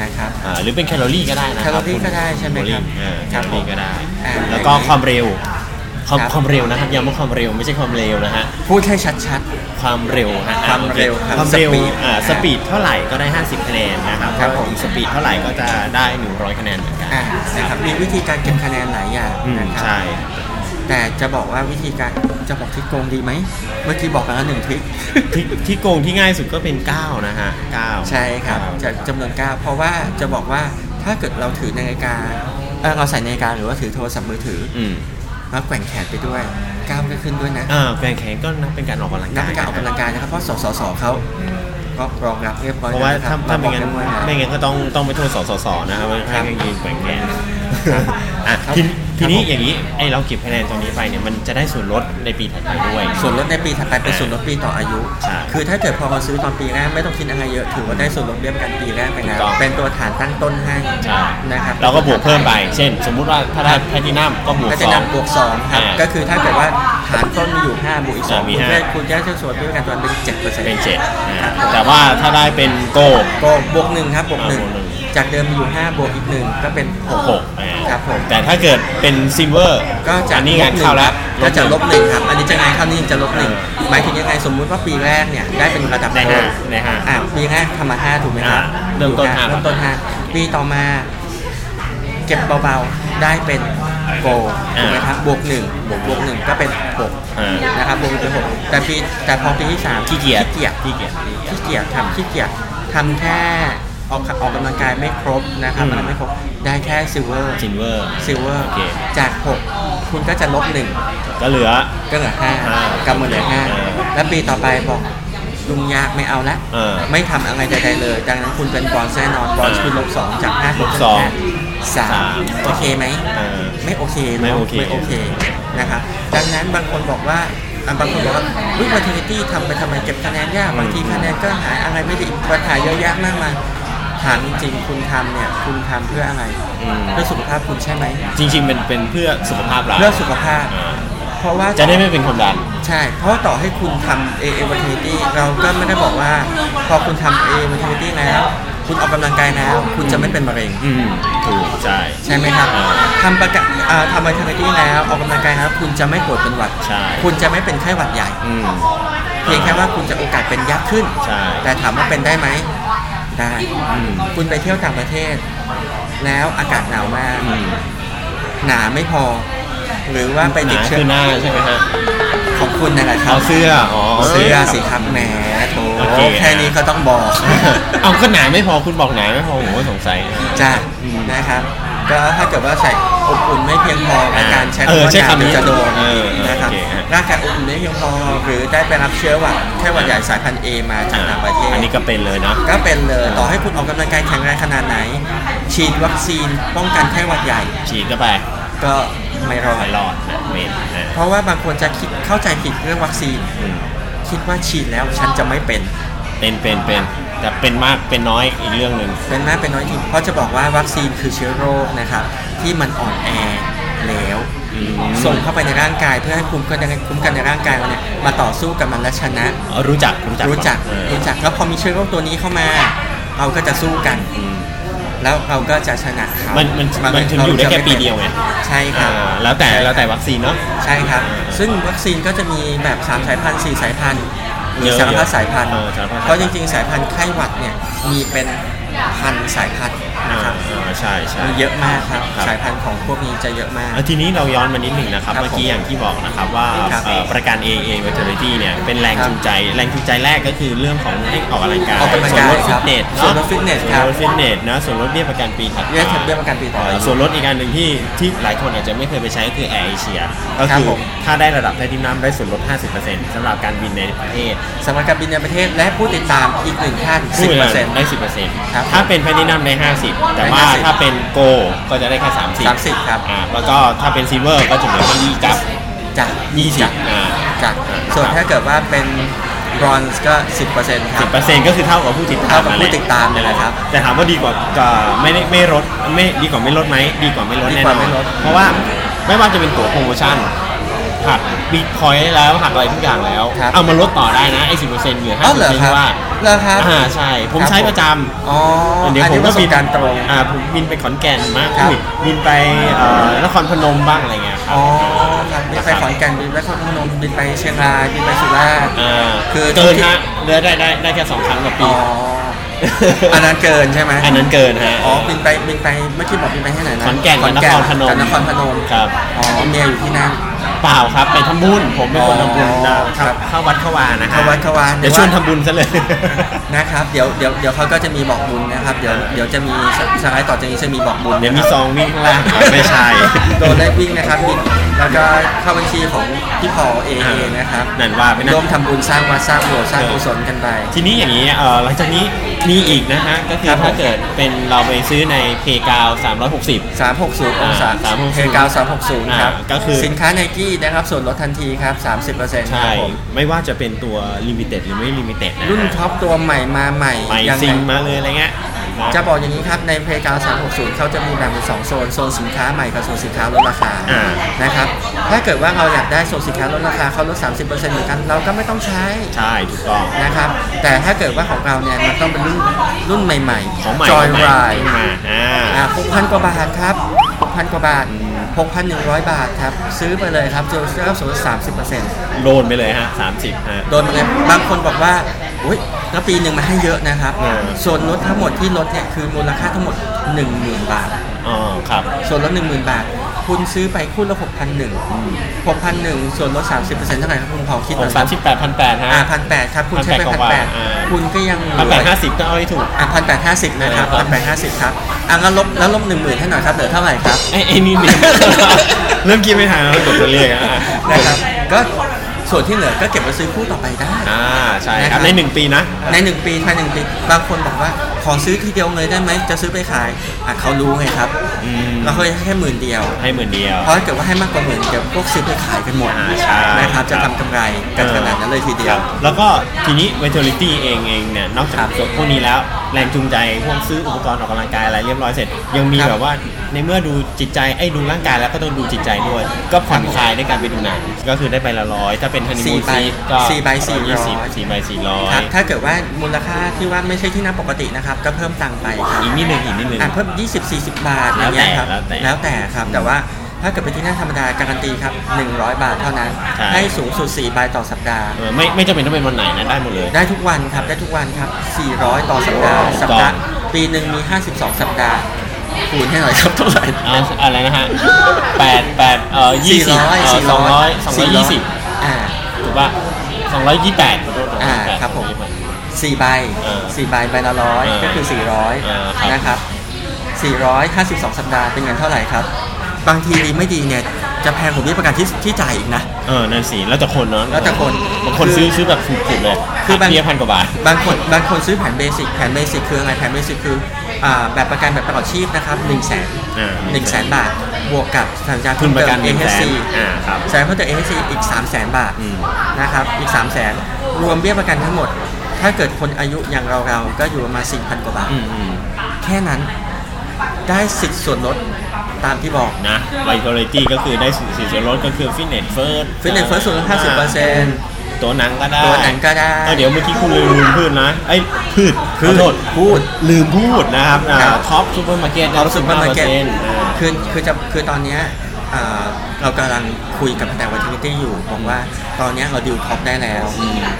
Speaker 2: นะครับ
Speaker 1: อ่าหรือเป็นแคลอรี่ก็ได้นะ
Speaker 2: แคลอรี่
Speaker 1: บ
Speaker 2: ก็ได้ใช่ไหมครับ
Speaker 1: เออแค
Speaker 2: ครับ
Speaker 1: ลอ
Speaker 2: ผ
Speaker 1: รี่
Speaker 2: ม
Speaker 1: ก็ได้
Speaker 2: อ่า
Speaker 1: แล้วก็ความเร็วความ
Speaker 2: ครับ
Speaker 1: ความเร็วนะครับย้ำว่าความเร็วไม่ใช่ความเร็วนะฮะ
Speaker 2: พูดให้ชัด
Speaker 1: ความเร็วฮะ
Speaker 2: ความเร็วครับ
Speaker 1: ความเร็ว
Speaker 2: สปีด
Speaker 1: อ่าสปีดเท่าไหร่ก็ได้ 50 คะแนนนะครับ
Speaker 2: ครับผม
Speaker 1: สปีดเท่าไหร่ก็จะได้ 100 คะแนนเหมือนกัน
Speaker 2: ๆอ่านะครับ มีวิธีการเก็บคะแนนหลายอย่าง
Speaker 1: อืม
Speaker 2: นะครั
Speaker 1: ใช่
Speaker 2: บ แต่จะบอกว่าวิธีการจะบอกที่โกงดีไหม เมื่อกี้บอกไปแล้วหนึ่งท ริค
Speaker 1: ที่ที่โกงที่ง่ายสุดก็เป็น 9 นะฮะ 9
Speaker 2: ใช่ครับจากจำนวนก้าวเพราะว่าจะบอกว่าถ้าเกิดเราถือนาฬิกาเอ่อเราใส่นาฬิกาหรือว่าถือโทรศัพท์มือถือ
Speaker 1: อืม
Speaker 2: แล้วแกว่งแขนไปด้วยก้าวก็ขึ้นด้วยนะ
Speaker 1: อ่าแกว่งแขนก็นับเป็นการออกกำลัง
Speaker 2: นับ
Speaker 1: กาย
Speaker 2: เป็นการออกกำลังกายนะครับเพราะสสสเขาก็รองรับเรียบร้อย
Speaker 1: เพราะว่า
Speaker 2: แล้นค
Speaker 1: ถ้า
Speaker 2: บ
Speaker 1: ถ้าไม่งั้น
Speaker 2: เรบอกด้
Speaker 1: ไม่
Speaker 2: ว่า
Speaker 1: งั้นก็ต้องต้องไปโทษสสสนะครับว่า
Speaker 2: ครั
Speaker 1: ให้
Speaker 2: บ
Speaker 1: กางยืนแกว่งแขน
Speaker 2: ครับ
Speaker 1: อ่ะ
Speaker 2: ครับ
Speaker 1: ทีทีนี้
Speaker 2: ครับผม
Speaker 1: อย่างนี้ไอเราเก็บคะแนนตรงนี้ไปเนี่ยมันจะได้ส่วนลดในปีถัดไปด้วย
Speaker 2: ส่วนลดในปีถัดไปเป็นส่วนลดปีต่ออายุ
Speaker 1: ใช่
Speaker 2: คือถ้าเกิดพอเราซื้อตอนปีแรกไม่ต้องคิดอะไรเยอะถือว่าได้ส่วนลดเบี้ยประกันปีแรกไปแล้ว
Speaker 1: ถูกต้อง
Speaker 2: เป็นตัวฐานตั้งต้นให้
Speaker 1: ใช่
Speaker 2: นะครับ
Speaker 1: เราก็บวกเพิ่มไป เช่น สมมุติว่าถ้าได้แพทินัมก็บวก
Speaker 2: ก็
Speaker 1: ส
Speaker 2: จะ
Speaker 1: อง
Speaker 2: นำบวก2ครับ
Speaker 1: อ่า
Speaker 2: ก็คือถ้าเกิดว่าฐานต้นมีอยู่ 5 บวกอีก
Speaker 1: อ่า
Speaker 2: 2
Speaker 1: มี
Speaker 2: คุณ
Speaker 1: ห้า
Speaker 2: ได้คุณได้เท่าส่วนด้วยกันตอนเป็น7เปอร์เซ็นต์
Speaker 1: เป็นเจ็ดนะแต่ว่าถ้าได้เป็นโก
Speaker 2: ก็บวก1ครับบวก
Speaker 1: อ่าบวกหนึ่ง
Speaker 2: 1จากเดิมมีอยู่ 5 บวกอีก 1 ก็เป็น
Speaker 1: หก
Speaker 2: 6ครับผม
Speaker 1: แต่ถ้าเกิดเป็นซิลเวอร์
Speaker 2: ก็จะ
Speaker 1: อันนี้งานเข้าแล้ว
Speaker 2: ก็จะลบหนึ่งครับ อันนี้จะงานเข้านี่จะลบหนึ่ง
Speaker 1: เออ
Speaker 2: หมายถึงยังไงสมมุติว่าปีแรกเนี่ยได้เป็นระดับ
Speaker 1: ได้ห้า
Speaker 2: ต้น
Speaker 1: ได้ห้า
Speaker 2: อ่ะปีแรกทำมาห้าถูกไหมครับ
Speaker 1: อ่าเริ่มต้นห้า
Speaker 2: เริ่มต้นห้าปีต่อมา เก็บเบาๆได้เป็นโกถูกไหมครับบวกหนึ่งบวกบวกหนึ่งก็เป็นหก
Speaker 1: อ่า
Speaker 2: นะครับวงเป็นหกแต่ปีแต่พอปีที่สาม
Speaker 1: ขี้เกียจ
Speaker 2: ขี้เกียจ
Speaker 1: ขี้เกียจ
Speaker 2: ขี้เกียจทำขี้เกียจทำแค่ออกออกกำลังกายไม่ครบนะครับ
Speaker 1: อืม
Speaker 2: อะไรไม่ครบได้แค่ซิลเวอร์
Speaker 1: ซิลเวอร์
Speaker 2: ซิลเวอร์
Speaker 1: โอเค
Speaker 2: จาก 6 คุณก็จะลบหนึ่ง
Speaker 1: ก็เหลือ
Speaker 2: ก็เหลือห้า
Speaker 1: อ่าก
Speaker 2: กำมือเหลือห้า
Speaker 1: เออ
Speaker 2: แล้วปีต่อไปบอกลุงยากไม่เอาละ
Speaker 1: เออ
Speaker 2: ไม่ทำอะไรใดๆเลย ดังนั้นคุณเป็นบอลแน่นอนบอล
Speaker 1: เออ
Speaker 2: คือลบสองจากห้า
Speaker 1: ลบสอง
Speaker 2: สา
Speaker 1: สาม ม
Speaker 2: โอเคไหม
Speaker 1: เออ
Speaker 2: ไม่โอเคนะ
Speaker 1: ไม่โอเค
Speaker 2: ไม่โอเคนะครับดังนั้นบางคนบอกว่าอ่ะบางคนบอกว่าวิวัฒนิตี้ทำไปทำไมเก็บคะแนนยากบางทีคะแนนก็หายอะไรไม่ได้อีกปัญหาเยอะแยะมากมายถามจริงๆคุณทำเนี่ยคุณทำเพื่ออะไร
Speaker 1: อืม
Speaker 2: เพื่อสุขภาพคุณใช่ไหม
Speaker 1: จริงๆเป็นเป็นเพื่อสุขภาพเรา
Speaker 2: เพื่อสุขภาพ
Speaker 1: อ่า
Speaker 2: เพราะว่า
Speaker 1: จะได้ไม่เป็นความดัน
Speaker 2: ใช่ เพราะว่าต่อให้คุณทำเอเอวัฒนิตี้เราก็ไม่ได้บอกว่า พอคุณทำเอเอวัฒนิตี้แล้ว คุณออกกำลังกายแล้ว คุณจะไม่เป็นมะเร็ง
Speaker 1: อืมถูกใช่
Speaker 2: ใช่ไหมครับ
Speaker 1: อ่า
Speaker 2: ทำประกาศอ่าทำมาทางที่แล้วออกกำลังกายแล้วคุณจะไม่ปวดเป็นหวัด
Speaker 1: ใช่
Speaker 2: คุณจะไม่เป็นไข้หวัดใหญ่
Speaker 1: อืม
Speaker 2: เพียงแค่ว่าคุณจะโอกาสเป็นยากขึ้น
Speaker 1: ใช่
Speaker 2: แต่ถามว่าเป็นได้ไหมได้
Speaker 1: อืม
Speaker 2: คุณไปเที่ยวต่างประเทศ แล้วอากาศหนาวมาก
Speaker 1: อืม
Speaker 2: หนาไม่พอ หรือว่าไป
Speaker 1: ห
Speaker 2: ติด
Speaker 1: นา
Speaker 2: เชื้
Speaker 1: คือ อหน้าใช่ไหมฮะ
Speaker 2: ของคุณนั่นแหละครั
Speaker 1: เอา
Speaker 2: บ
Speaker 1: เสื้ออ๋อ
Speaker 2: เสื้อสิครับแหมโถ
Speaker 1: โอเค
Speaker 2: แค่นี้ก็ต้องบอก
Speaker 1: เอาก็หนาไม่พอคุณบอกหนาไม่พอผมก็สงสัยนะ
Speaker 2: จ้ะ
Speaker 1: อืม
Speaker 2: นะครับก็ถ้าเกิดว่าใส่อบอุ่นไม่เพียงพออาการใช้
Speaker 1: เออใช้
Speaker 2: คำว่า
Speaker 1: คำนี้
Speaker 2: ยาจะโดน
Speaker 1: เออเออ
Speaker 2: นะครับ
Speaker 1: โอเคฮะ
Speaker 2: ร่างกายอบอุ่นไม่เพียงพอ หรือได้ไปรับเชื้อหวัดแค่หวัดใหญ่สายพันธุ์ A มาจากต่างประเทศ
Speaker 1: อันนี้ก็เป็นเลยนะ
Speaker 2: ก็เป็นเลยต่อให้คุณออกกำลังกายแข็งแรงขนาดไหน ฉีดวัคซีนป้องกันไข้หวัดใหญ่
Speaker 1: ฉีดเข้าไป
Speaker 2: ก็ไม่รอ
Speaker 1: ไปร
Speaker 2: ด
Speaker 1: อดนะเมนนะ
Speaker 2: เพราะว่าบางคนจะคิดเข้าใจผิดเรื่องวัคซีน
Speaker 1: อืม
Speaker 2: คิดว่าฉีดแล้วฉันจะไม่เป็น
Speaker 1: เป็นเป็นเป็นแต่เป็นมากเป็นน้อยอีกเรื่องหนึ่ง
Speaker 2: เป็นมากเป็นน้อยจริงเพราะจะบอกว่าวัคซีนคือเชื้อโรคนะครับ ที่มันอ่อนแอแล้ว
Speaker 1: อืม
Speaker 2: ส่งเข้าไปในร่างกายเพื่อให้ภูมิคุ้มกันคุ้มกันในร่างกายเราเนี่ยมาต่อสู้กับมันและชนะ
Speaker 1: เอารู้จักรู้จัก
Speaker 2: รู้จัก
Speaker 1: เออ
Speaker 2: รู้จักแล้วพอมีเชื้อโรคตัวนี้เข้ามา เราก็จะสู้กัน
Speaker 1: อืม
Speaker 2: แล้วเราก็จะชนะเขา
Speaker 1: มันมัน
Speaker 2: บา
Speaker 1: มันถึงอยู่ได้แค่ปีเดียวไง
Speaker 2: ใช่ค
Speaker 1: อ่าแล้
Speaker 2: รับ
Speaker 1: วแต่แล้วแต่วัคซีนเนาะ
Speaker 2: ใช่ครับ ซึ่งวัคซีนก็จะมีแบบ 3 สายพันธุ์ 4 สายพันธุ์หรื
Speaker 1: เย
Speaker 2: อ
Speaker 1: อะ
Speaker 2: สารพัด
Speaker 1: เยอะ
Speaker 2: สายพันธุ์
Speaker 1: เออสารพัดสายพันธุ์
Speaker 2: เพราะจริงๆ สายพันธุ์ไข้หวัดเนี่ยมีเป็นพันสายพันธุ์
Speaker 1: อ่า
Speaker 2: นะครับ
Speaker 1: อ่าใช่ใช่
Speaker 2: มันเยอะมากครับ
Speaker 1: ครับ
Speaker 2: สายพันธุ์ของพวกนี้จะเยอะมาก
Speaker 1: อ่ะทีนี้เราย้อนมานิดหนึ่งนะครับ
Speaker 2: ครับ
Speaker 1: เมื่อกี้อย่างที่บอกนะครับว่า
Speaker 2: ครับ
Speaker 1: เอ่อประกัน AA Vitality เนี่ยเป็นแรง
Speaker 2: ครับ
Speaker 1: จูงใจ แรงจูงใจแรกก็คือเรื่องของให้ออกกำลังกาย
Speaker 2: ออกกำลัง
Speaker 1: ส่วน
Speaker 2: กาย
Speaker 1: ลด
Speaker 2: ค
Speaker 1: ฟิ
Speaker 2: รั
Speaker 1: ต
Speaker 2: บ
Speaker 1: เนส
Speaker 2: ส่วนลดฟิตเนสครับ
Speaker 1: ส่วนลดฟิตเนสนะส่วนลดเบี้ยประกันปีถัดมา
Speaker 2: เบี้ยเบี้ยประกันปีต่อไป
Speaker 1: เส่วนลดอีกอันหนึ่งที่ที่หลายคนอาจจะไม่เคยไปใช้ก็คือแอร์เอเชียก็
Speaker 2: ครับ
Speaker 1: คือ
Speaker 2: ผม
Speaker 1: ถ้าได้ระดับแพลทินัมได้ส่วนลด 50%สำหรับการบินในประเทศ
Speaker 2: สำหรับการบินในประเทศและผู้ติดตามอีกหนึ่งขั้น
Speaker 1: พูดเลย
Speaker 2: 10%
Speaker 1: ได้ 10%
Speaker 2: ครับ
Speaker 1: ถ้าเป็นแพลทินัมได้ 50 แต่ว่า
Speaker 2: ได้50
Speaker 1: ถ้าเป็นโกก็จะได้แค่30
Speaker 2: 30ครับ
Speaker 1: อ่าแล้วก็ถ้าเป็นซิลเวอร์ก็จะเหลือแค่20ครับ
Speaker 2: จาก
Speaker 1: ยี่สิบ
Speaker 2: จาก
Speaker 1: อ่า
Speaker 2: จากส่วนถ้าเกิดว่าเป็นบรอนซ์ก็ 10%ค
Speaker 1: สิ
Speaker 2: รั
Speaker 1: บบ เปอร์เซ็นต์ก็คือเท่ากับผู้ติดตาม
Speaker 2: เท่ากับผู้ติดตามเลยนะครับ
Speaker 1: แต่ถามว่าดีกว่าก็ไม่ได้ไม่ลดไม่ดีกว่าไม่ลดไหมดีกว่าไม่ลด
Speaker 2: ดี
Speaker 1: แน่
Speaker 2: ก
Speaker 1: น
Speaker 2: ว่า
Speaker 1: อ
Speaker 2: ไม่
Speaker 1: น
Speaker 2: ลด
Speaker 1: เพราะว่าไม่ว่าจะเป็นตั๋วโปรโมชั่นหักบิตคอยแล้วหักอะไรทุกอย่างแล้ว เอามาลดต่อได้นะไอ้สิบเปอร์เซ็นต์เหลือห้า
Speaker 2: อ๋อ
Speaker 1: สิบ
Speaker 2: เหร
Speaker 1: เปอร์เซ็น
Speaker 2: อครับ
Speaker 1: ต์ว่า
Speaker 2: เหรอครับ
Speaker 1: อ่าใช่ ผมใช้ประจำ
Speaker 2: อ๋ออัน
Speaker 1: เดี๋ยวผ
Speaker 2: นี้
Speaker 1: ม
Speaker 2: ป
Speaker 1: ก็
Speaker 2: ระส
Speaker 1: บิ
Speaker 2: บการณ์ตรง
Speaker 1: อ่าผมบินไปขอนแก่นมาก
Speaker 2: ครับ
Speaker 1: บินไปเอ่อนครพนมบ้างอะไรเงี้ยครับ
Speaker 2: อ๋อครับบินไปขอนแก่นบินไปขอนพนมบินไปเชียงรายบินไปสุราษฎร์
Speaker 1: อ่า
Speaker 2: คือ
Speaker 1: เกินฮะเรือได้ได้ได้แค่สองครั้งต่อปี
Speaker 2: อ๋ออันนั้นเกินใช่ไหม
Speaker 1: อันนั้นเกินฮะ
Speaker 2: อ๋อบินไปบินไปเมื่อกี้บอกบินไปที่ไหนนะ
Speaker 1: ขอนแก่นกับนครพนม
Speaker 2: กับนครพนม
Speaker 1: ครับ
Speaker 2: อ๋อเมียอยู่ที่นั่น
Speaker 1: เปล่าครับไปทำบุญผมเป็นคนทำบุญ
Speaker 2: อ๋อ
Speaker 1: นะครับ เข้าวัดเข้าวานะฮะ
Speaker 2: เข้าวัดเข้าวา
Speaker 1: เดี๋ยวชวนทำบุญ ซะเลย
Speaker 2: นะครับเดี๋ยวเดี๋ยวเดี๋ยวเขาก็จะมีบอกบุญนะครับเดี๋ยวเดี๋ยวจะมีสไลด์ต่อจากนี้จะมีบอกบุญ
Speaker 1: เดี๋ยวมีซองวิ่งข้างล่างไม่ใช่
Speaker 2: โดนได้วิ่งนะครับวิ่งแล้วก็เข้าบัญชีของพี่พอเอ
Speaker 1: อ่า
Speaker 2: นะครับ
Speaker 1: นั่นว่าไปนะ
Speaker 2: ร่วมทำบุญสร้างวัดสร้างโบสถ์สร้างกุศลกันไป
Speaker 1: ทีนี้อย่างนี้เอ่อหลังจากนี้มีอีกนะฮะ ก็คือ
Speaker 2: ครับผม
Speaker 1: ถ้าเกิดเป็นเราไปซื้อในเพกาว360
Speaker 2: 360องศา
Speaker 1: อ่า360
Speaker 2: เทกาว360ครับ
Speaker 1: อ่าก็คือ
Speaker 2: สินค้าไนกี้นะครับส่วนลดทันทีครับ 30%ค
Speaker 1: ใช่
Speaker 2: รับผม
Speaker 1: ไม่ว่าจะเป็นตัวลิมิเต็ดหรือไม่ลิมิเต็ดนะฮะ
Speaker 2: รุ่นท็อปตัวใหม่มาใหม่
Speaker 1: ไป
Speaker 2: ยัง
Speaker 1: ซิง
Speaker 2: ไง
Speaker 1: มาเลยอะไรเงี้ยน
Speaker 2: จะบอกอย่างนี้ครับ ในเพลกาว360 เขาจะมีแบ่งเป็น2โซน โซนสินค้าใหม่กับโซนสินค้าลดราคา
Speaker 1: อ่า
Speaker 2: นะครับถ้าเกิดว่าเราอยากได้โซนสินค้าลดราคาเขาลด 30%เหมือนกัน เราก็ไม่ต้องใช้
Speaker 1: ใช่ถูกต้อง
Speaker 2: นะครับแต่ถ้าเกิดว่าของเราเนี่ย มันต้องเป็นรุ่นรุ่นใหม่ๆ
Speaker 1: ของใหม่
Speaker 2: จอย
Speaker 1: ของใหม่
Speaker 2: ราย
Speaker 1: ขึ้นมาอ่า
Speaker 2: อ่า6,000 กว่าบาทครับ 6,000 กว่าบาท 6,100 บาทครับ ซื้อไปเลยครับจะได้ส่วนลด30%
Speaker 1: โลนไปเลยฮะ 30ฮะ
Speaker 2: โดนเหมือนกันบางคนบอกว่า อุ้ยถ้าปีหนึ่งมาให้เยอะนะครับ
Speaker 1: เออ
Speaker 2: ส่วนลดทั้งหมดที่ลดเนี่ยคือมูลค่าทั้งหมด 10,000 บาท
Speaker 1: อ๋อครับ
Speaker 2: ส่วนลด10,000 บาท คุณซื้อไปคู่ละ6,001 6,001 ส่วนลด 30%เท่าไหร่ครับคุณพอคิด
Speaker 1: ขอ
Speaker 2: มาง
Speaker 1: สามสิบแปดพันแปดฮะ
Speaker 2: อ่าพันแปดครับคุณใช้ไป
Speaker 1: 1,800
Speaker 2: พัน
Speaker 1: กว่า
Speaker 2: แปด
Speaker 1: อ่า
Speaker 2: คุณก็ยังเหลื
Speaker 1: พันแปด
Speaker 2: อ
Speaker 1: ห้าสิบก็เอาให้ถูก
Speaker 2: อ่ะพันแปดห้าสิบนะครับพันแปดห้าสิบครับอ่ะงั้นลบแล้วลบหนึ่งหมื่นให้หน่อยครับเหลือเท่าไหร่ครับ
Speaker 1: ไอ้ไอ้นี่นี่ เริ่มกินไม่ทันแล้วกดตัวเลขอ่ะ
Speaker 2: นะครับก็ส่วนที่เหลือก็เก็บไว้ซื้อคู่ต่อไปได้
Speaker 1: อ่าใช่
Speaker 2: นะ
Speaker 1: ค
Speaker 2: ครั
Speaker 1: รับบ ในหนึ่งปีนะ
Speaker 2: ในหนึ่งปีภายในหนึ่งปี บางคนบอกว่า ขอซื้อทีเดียวเลยได้ไหม จะซื้อไปขายอ่ะเขารู้ไงครับ
Speaker 1: อืม
Speaker 2: เราเคยให้แค่หมื่นเดียว
Speaker 1: ให้หมื่นเดียว
Speaker 2: เพราะถ้าเกิดว่าให้มากกว่าหมื่นเดี๋ยวพวกซื้อไปขายกันหมด
Speaker 1: อ่าใช่
Speaker 2: นะครับ จะ
Speaker 1: ครับ
Speaker 2: ทำกำไรกันขนาดนั้นเลยทีเดีย
Speaker 1: คว รับแล้วก็ทีนี้ vitality เองเองเนี่ย นอกจา
Speaker 2: ครั
Speaker 1: ก
Speaker 2: บ
Speaker 1: ส่วนพวกนี้แล้ว แรงจูงใจ พวกซื้ออุปกรณ์ออกกำลังกายอะไรเรียบร้อยเสร็จ ยังมี
Speaker 2: ครับ
Speaker 1: แบบว่าในเมื่อดูจิตใจไอ้ยดูร่างกายแล้วก็ต้องดูจิตใจด้วย ก็ผ่อนคลายด้วยการไปดูหนังก็คือได้ไปละร้อยถ้าเป็นฮันนีมูนซีก็
Speaker 2: สี่ใบสี่ใบสี่ร้อย
Speaker 1: 120สี่ใบสี่ร้อ
Speaker 2: ครั
Speaker 1: ย
Speaker 2: บ ถ้าเกิดว่ามูลค่าที่ว่าไม่ใช่ที่นั่งปกตินะครับ ก็เพิ่มตังค์ไปครับ
Speaker 1: อีกนิดหนึ่งอีกนิดหนึ่ง
Speaker 2: อ่ะเพิ่ม 20 40 บาทอะไรเงี้ยครับ
Speaker 1: แล้วแต่
Speaker 2: แล้วแต่ครับ แต่ว่าถ้าเกิดเป็นที่นั่งธรรมดาการันตีครับ 100 บาทเท่านั้น
Speaker 1: ใช่
Speaker 2: ให้สูงสุด4ใบต่อสัปดาห์
Speaker 1: เออไม่ไม่จำเป็นต้องเป็นวันไหนนะได้หมดเลย
Speaker 2: ได้ทุกวันครับ ได้ทุกวันครับ 400 ต่อสัปดาห์ สัปดาห์ ปีหนึ่งมี 52 สัปดาห์ คูณให้หน่อยครับเท่าไหร่
Speaker 1: เอาอะไรนะฮะแปดแปดเอ่อยี่สิบ
Speaker 2: 400
Speaker 1: สองร้อยสองร้อยยี่สิบ
Speaker 2: อ่า
Speaker 1: ถูกปะสองร้อยยี่แปดขอโทษ
Speaker 2: อ่า
Speaker 1: 228
Speaker 2: ครับผม 4ใบ
Speaker 1: เออ
Speaker 2: 4ใบใบละร้อย
Speaker 1: เออ
Speaker 2: ก็คือ
Speaker 1: เออครับ
Speaker 2: 400 นะครับ 452 สัปดาห์เป็นเงินเท่าไหร่ครับ บางทีดีไม่ดีเนี่ย จะแพงกว่าเบี้ยประกันที่ที่จ่ายอีกนะ
Speaker 1: เออนั่นสิแล้วแต่คนเนาะ
Speaker 2: แล้วแต่คน
Speaker 1: บางคน
Speaker 2: คือ
Speaker 1: ซื้อซื้อแบบถูกๆเลย
Speaker 2: คือ
Speaker 1: พั
Speaker 2: บาน ง
Speaker 1: เดียวพันกว่าบาท
Speaker 2: บางคนบางคนซื้อแผนเบสิกแผนเบสิกคืออะไรแผนเบสิกคืออ่าแบบประกันแบบประกอบชีพนะครับ1 0 0 0 0แสน
Speaker 1: อ่า
Speaker 2: หนึ่งแสนบาท บวกกับสัญญา
Speaker 1: ทุนประกัน
Speaker 2: เอ
Speaker 1: 100,000
Speaker 2: c
Speaker 1: อ่าครับ
Speaker 2: สัญญาเพิ่มเติม AHC อีก 3 0 0แสนบาท
Speaker 1: อืม
Speaker 2: นะครับอีก 3 0 0แสนรวมเบี้ยประกันทั้งหมด ถ้าเกิดคนอายุอย่างเราเราๆก็อยู่ประมาณ4,000 กว่าบาท
Speaker 1: อืมอืม
Speaker 2: แค่นั้นได้สิทธิ์ส่วนลดตามที่บอก
Speaker 1: นะไวท์โอลิตี้ก็คือได้สูตรสีส่วนลดก็คือฟิตเนสเฟิร์ส
Speaker 2: Fitness First ส่วนลด50%
Speaker 1: ตัวหนังก็ได้
Speaker 2: ตัวหนังก็ได้
Speaker 1: เออเดี๋ยวเมื่อกี้คุณลืมลืมพืชนะไอ้ยพืช
Speaker 2: พืช
Speaker 1: ขอโทษ
Speaker 2: พูด
Speaker 1: ลืมพูดนะครับอ่า
Speaker 2: ครับ
Speaker 1: ท็อปซูเปอร์มาร์เก็ต
Speaker 2: เรารู้สึกว่ามาร์เก็ต
Speaker 1: 15%อ่า
Speaker 2: คือคือจะคือตอนเนี้ยอ่าเรากำลังคุยกับแต่วัตถุนิตี้อยู่บอกว่าตอนเนี้ยเราดิวท็อปได้แล้ว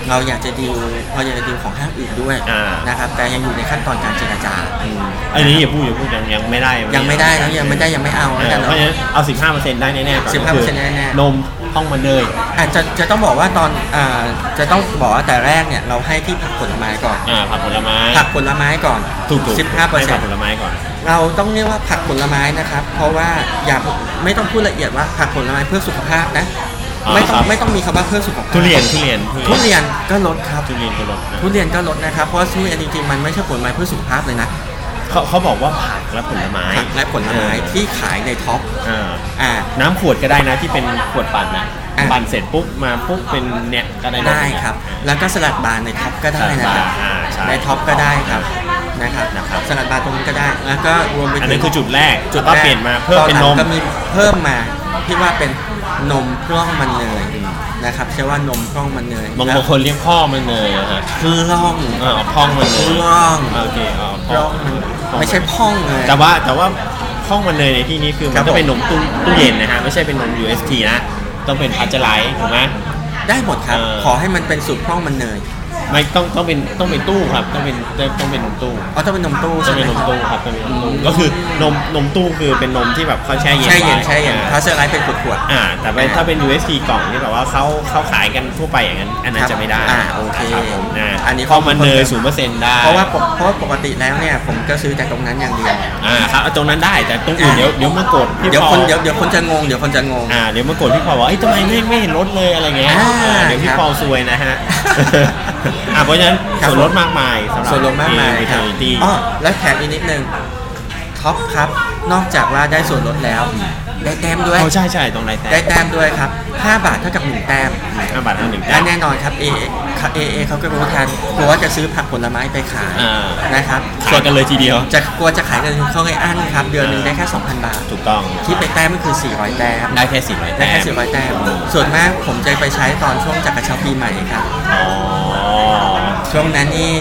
Speaker 2: เราอยากจะดิวเราอยากจะดิวของห้างอื่นด้วย
Speaker 1: อ่าน
Speaker 2: นะครับแต่ยังอยู่ในขั้นตอนการเจรจา
Speaker 1: อันนี้อย่าพูดอย่าพูดยังยังไม่ได้
Speaker 2: ยังไม่ได้แล้วยังไม่ได้ยังไม่เอา
Speaker 1: เอ
Speaker 2: แล้วกั
Speaker 1: อนเพราะฉะ
Speaker 2: เนาะ
Speaker 1: นั้นเอา 15%ได้แน่ๆก่อนก็คือ
Speaker 2: 15%แน่ๆ
Speaker 1: นมต้องมันเนย
Speaker 2: อาจจะจะต้องบอกว่าตอนอ่าจะต้องบอกว่าแต่แรกเนี่ยเราให้ที่ผักผลไม้ก่อน
Speaker 1: อ่าผักผลไม้
Speaker 2: ผักผลไม้ก่อน
Speaker 1: ถูกๆ
Speaker 2: 15เปอร์
Speaker 1: ให้
Speaker 2: เซ็
Speaker 1: ผั
Speaker 2: น
Speaker 1: ก
Speaker 2: ต์
Speaker 1: ผลไม้ก่อน
Speaker 2: เราต้องเรียกว่าผักผลไม้นะครับ เพราะว่าอย่าไม่ต้องพูดละเอียดว่าผักผลไม้เพื่อสุขภาพนะ
Speaker 1: อ่า
Speaker 2: ไม่ต้
Speaker 1: ค
Speaker 2: อง
Speaker 1: รับ
Speaker 2: ไม่ต้องมีคำว่าเพื่อสุขภาพ
Speaker 1: ทุเรียนทุเรียน
Speaker 2: ทุเรียนก็ลดครับ
Speaker 1: ทุเรียนก็ลดนะ
Speaker 2: ทุเรียนก็ลดนะครับ เพราะว่าทุเรียนจริงๆมันไม่ใช่ผลไม้เพื่อสุขภาพเลยนะ
Speaker 1: เขาเขาบอกว่าผักและผลไม้
Speaker 2: ผักและผลไม้ที่ขายในท็อป
Speaker 1: อ่า
Speaker 2: อ่า
Speaker 1: น้ำขวดก็ได้นะที่เป็นขวดปั่นนะ
Speaker 2: อ่ะ
Speaker 1: ปั่นเสร็จปุ๊บมาปุ๊บเป็นเนี่ยก็ได้นะ
Speaker 2: ได้ครับ แล้วก็สลัดบาร์ในท็อปก็ได้นะค
Speaker 1: สลัด
Speaker 2: รั
Speaker 1: บ้าน
Speaker 2: บ
Speaker 1: อ่าใช่
Speaker 2: ในท็อปก็ได้ครับนะครับ
Speaker 1: นะครับ
Speaker 2: สลัดบาร์ตรงนี้ก็ได้ แล้วก็รวมไป
Speaker 1: อัน
Speaker 2: ถึ
Speaker 1: นี้
Speaker 2: ง
Speaker 1: คือจุดแรก
Speaker 2: จุด
Speaker 1: แล้วก็
Speaker 2: แรก
Speaker 1: เปลี่ยนมาเพิ่มเป็นน
Speaker 2: ตอหลั
Speaker 1: ม
Speaker 2: งก็มีเพิ่มมาที่ว่าเป็นนมพร่องมันเนย
Speaker 1: อืม
Speaker 2: นะครับใช่ว่านมพร่องมันเนย
Speaker 1: บาง
Speaker 2: แล้ว
Speaker 1: คนเรียกพ่อมันเนยอะฮะ
Speaker 2: คือร่อง
Speaker 1: อ่าเอาพ่องมันเนย
Speaker 2: พ่อง
Speaker 1: โอเคเอาพ่
Speaker 2: ร่
Speaker 1: อ
Speaker 2: อง ง
Speaker 1: พ่อ
Speaker 2: มัน
Speaker 1: ง
Speaker 2: ไม่ใช่พร่องเลย
Speaker 1: แต่ว่าแต่ว่าห้องมันเนยในที่นี้คือ
Speaker 2: ค
Speaker 1: มั
Speaker 2: รั
Speaker 1: น
Speaker 2: บ
Speaker 1: ก็เป็นนมตู้ตู้เย็นนะฮะไม่ใช่เป็นนม UST นะต้องเป็นพัชไลถูกไหม
Speaker 2: ได้หมดครับ
Speaker 1: เออ
Speaker 2: ขอให้มันเป็นสูตรพร่องมันเนย
Speaker 1: ไม่ต้องต้องเป็นต้องเป็นตู้ครับต้องเป็นต้องเป็นนมตู้
Speaker 2: อ๋อต้องเป็นนมตู้
Speaker 1: ต้อ
Speaker 2: ใช่
Speaker 1: ง
Speaker 2: ไหม
Speaker 1: เป็นนม
Speaker 2: ครับ
Speaker 1: ตู้ครับต้องเป็นนมตู้ก็คือนมนมตู้คือเป็นนมที่แบบเขาแช่เย็น
Speaker 2: แช่เย็น
Speaker 1: ไว้
Speaker 2: แช่เย็น
Speaker 1: อ่า
Speaker 2: พาสเจอร์ไลท์เป็นขวด
Speaker 1: อ่า แต่ว่าถ้าเป็น UST กล่องที่แบบว่าเขาเขาขายกันทั่วไปอย่างนั้นอันนั้
Speaker 2: คน รับ
Speaker 1: จะไม่ได้
Speaker 2: อ่าโอเค
Speaker 1: ครับผมนะ
Speaker 2: อันนี้
Speaker 1: ห้องมันเนยศูนย์เปอร์เซ็นต์ได้
Speaker 2: ๆเพราะว่าปกเพราะว่าปกติแล้วเนี่ยผมก็ซื้อแต่ตรงนั้นอย่างเดียว
Speaker 1: อ่าครับเอาตรงนั้นได้แต่ตรงอื่นเดี๋ยวเดี๋ยวมากดพี่
Speaker 2: เดี๋ยว
Speaker 1: พอ
Speaker 2: คนเดี๋ยวเดี๋ยวคนจะงงเดี๋ยวคนจะงง
Speaker 1: อ่าเดี๋ยวมากดพี่พอลบอกไอ้ยทำไมไม่ไม่เห็นรถเลยอะไรเงี้ย
Speaker 2: อ่า
Speaker 1: อ่าเดี๋ยวพี่
Speaker 2: ครับ
Speaker 1: พอลซวยนะฮะ อ่าเพราะฉะนั้น
Speaker 2: ครับ
Speaker 1: ส่วนลดมากมายสำหรับ
Speaker 2: ส่วนลดมากมาย
Speaker 1: เอเวอร์
Speaker 2: ครับ
Speaker 1: เทอร์ตี้
Speaker 2: อ๋อและแถมอีกนิดนึงท็อปครับ นอกจากว่าได้ส่วนลดแล้ว ได้แต้มด้วย
Speaker 1: เขาใช่ใช่ตรงไรแต่
Speaker 2: ได้แต้มด้วยครับ 5 บาทเท่ากับ 1 แต้ม
Speaker 1: ห้าบาทเท่าหนึ่งแต้
Speaker 2: และ
Speaker 1: ม
Speaker 2: แน่นอนครับ AA ครับ AA เขาก็รู้ทันกลัวว่าจะซื้อผักผลไม้ไปขาย
Speaker 1: อ่า
Speaker 2: นะครับ
Speaker 1: ขายกันเลยทีเดียว
Speaker 2: จะกลัวจะขายเงินเขาเลยอั้นครับ เดือนหนึ่งได้แค่ 2,000 บาท
Speaker 1: ถูกต้อง
Speaker 2: คิดไปแต้มก็คือ 400 แต้ม
Speaker 1: ได้แค่สี่ร้อย
Speaker 2: ได้
Speaker 1: แต้ม
Speaker 2: แค่400แต้ม ส่วนมากผมจะไปใช้ตอนช่วงจากกระเช้าปีใหม่ครับ
Speaker 1: อ๋อ
Speaker 2: ช่วงนั้นนี่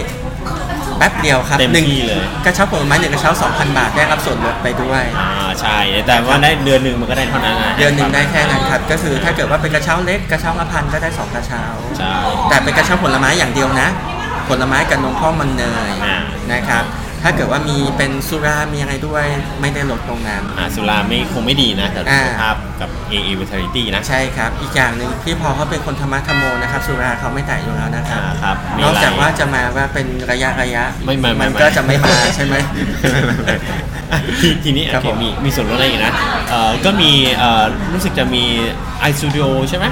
Speaker 2: แป๊บเดียวครับ
Speaker 1: เต็ม
Speaker 2: หนึ่ง
Speaker 1: ที่เลย
Speaker 2: กระเช้าผลไม้หนึ่งกระเช้า2,000 บาทได้รับส่วนลดไปด้วย
Speaker 1: อ่าใช่แต่ว่าได้เดือนหนึ่งมันก็ได้เท่านั้นนะ
Speaker 2: เดือนหนึ่งได้แค่นั้นครับ ก็คือถ้าเกิดว่าเป็นกระเช้าเล็กกระเช้าละพันก็ได้สองกระเช้า
Speaker 1: ใช่
Speaker 2: แต่เป็นกระเช้าผลไม้อย่างเดียวนะ ผลไม้กับนมพ่อมันเนย
Speaker 1: อ่า
Speaker 2: นะครับ ถ้าเกิดว่ามีเป็นสุรามีอะไรด้วยไม่ได้ลดตรงนั้น
Speaker 1: อ่าสุราไม่คงไม่ดีนะแต่สุ
Speaker 2: อ่า
Speaker 1: ขภาพกับ AA Vitality นะ
Speaker 2: ใช่ครับ อีกอย่างหนึ่งพี่พอเขาเป็นคนธรรมะธรรมโมนะครับ สุราเขาไม่แตะอยู่แล้วนะครับ
Speaker 1: อ่าครับมี
Speaker 2: นอก
Speaker 1: อะไร
Speaker 2: จากว่าจะมาว่าเป็นระยะระยะ
Speaker 1: ไม่ไม่
Speaker 2: นก็จะไม่มาใช่ไหม
Speaker 1: ทีทีนี้
Speaker 2: ครั
Speaker 1: โอบ เค
Speaker 2: ผม
Speaker 1: มีมีส่วนลดอะไรอีกนะเอ่อก็มีเอ่อรู้สึกจะมี iStudio ใช่ไหม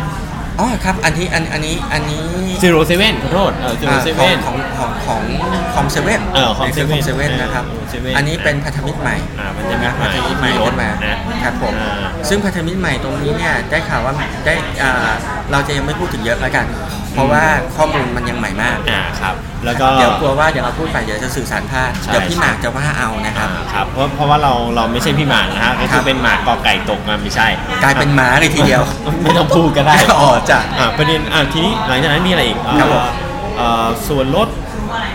Speaker 2: อ๋อครับ อันนี้อันอันนี้อันนี้
Speaker 1: 0 7ขอโทษเออ
Speaker 2: อ่า
Speaker 1: 0
Speaker 2: ข
Speaker 1: 7
Speaker 2: องของของของคอมเซเว่น
Speaker 1: เออ Com 7
Speaker 2: เซเว่นนะครับ
Speaker 1: เออ Com 7
Speaker 2: อันนี้เป็นพันธมิตรใหม่
Speaker 1: อ่าพันธมิตรใหม่
Speaker 2: พันธมิตรใหม่
Speaker 1: ที่ลด
Speaker 2: ขึ้นมา
Speaker 1: นะ
Speaker 2: นะครับผม
Speaker 1: อ่า
Speaker 2: ซึ่งพันธมิตรใหม่ตรงนี้เนี่ยได้ข่าวว่าได้อ่าเราจะยังไม่พูดถึงเยอะแล้วกัน เพราะว่าข้อมูลมันยังใหม่มาก
Speaker 1: อ่าครับ แล้วก็
Speaker 2: เดี๋ยวกลัวว่าเดี๋ยวเราพูดไปเดี๋ยวจะสื่อสารพลาด
Speaker 1: ใช่
Speaker 2: เดี๋ยวพี่หมากจะว่าเอานะครับ
Speaker 1: อ่าครับเพราะเพราะว่าเราเราไม่ใช่พี่หมากนะฮะก็
Speaker 2: ค
Speaker 1: คื
Speaker 2: รั
Speaker 1: อบ เป็นหมากกอไก่ตกมาไม่ใช่
Speaker 2: กลายเป็นหมาเลยทีเดียว
Speaker 1: ไม่ต้องพูดก็ได้
Speaker 2: อ๋อจ้ะ
Speaker 1: อ่าประเด็นอ่าทีนี้หลังจากนั้นมีอะไรอีกเอ่อ
Speaker 2: ครับผม
Speaker 1: เอ่อส่วนลด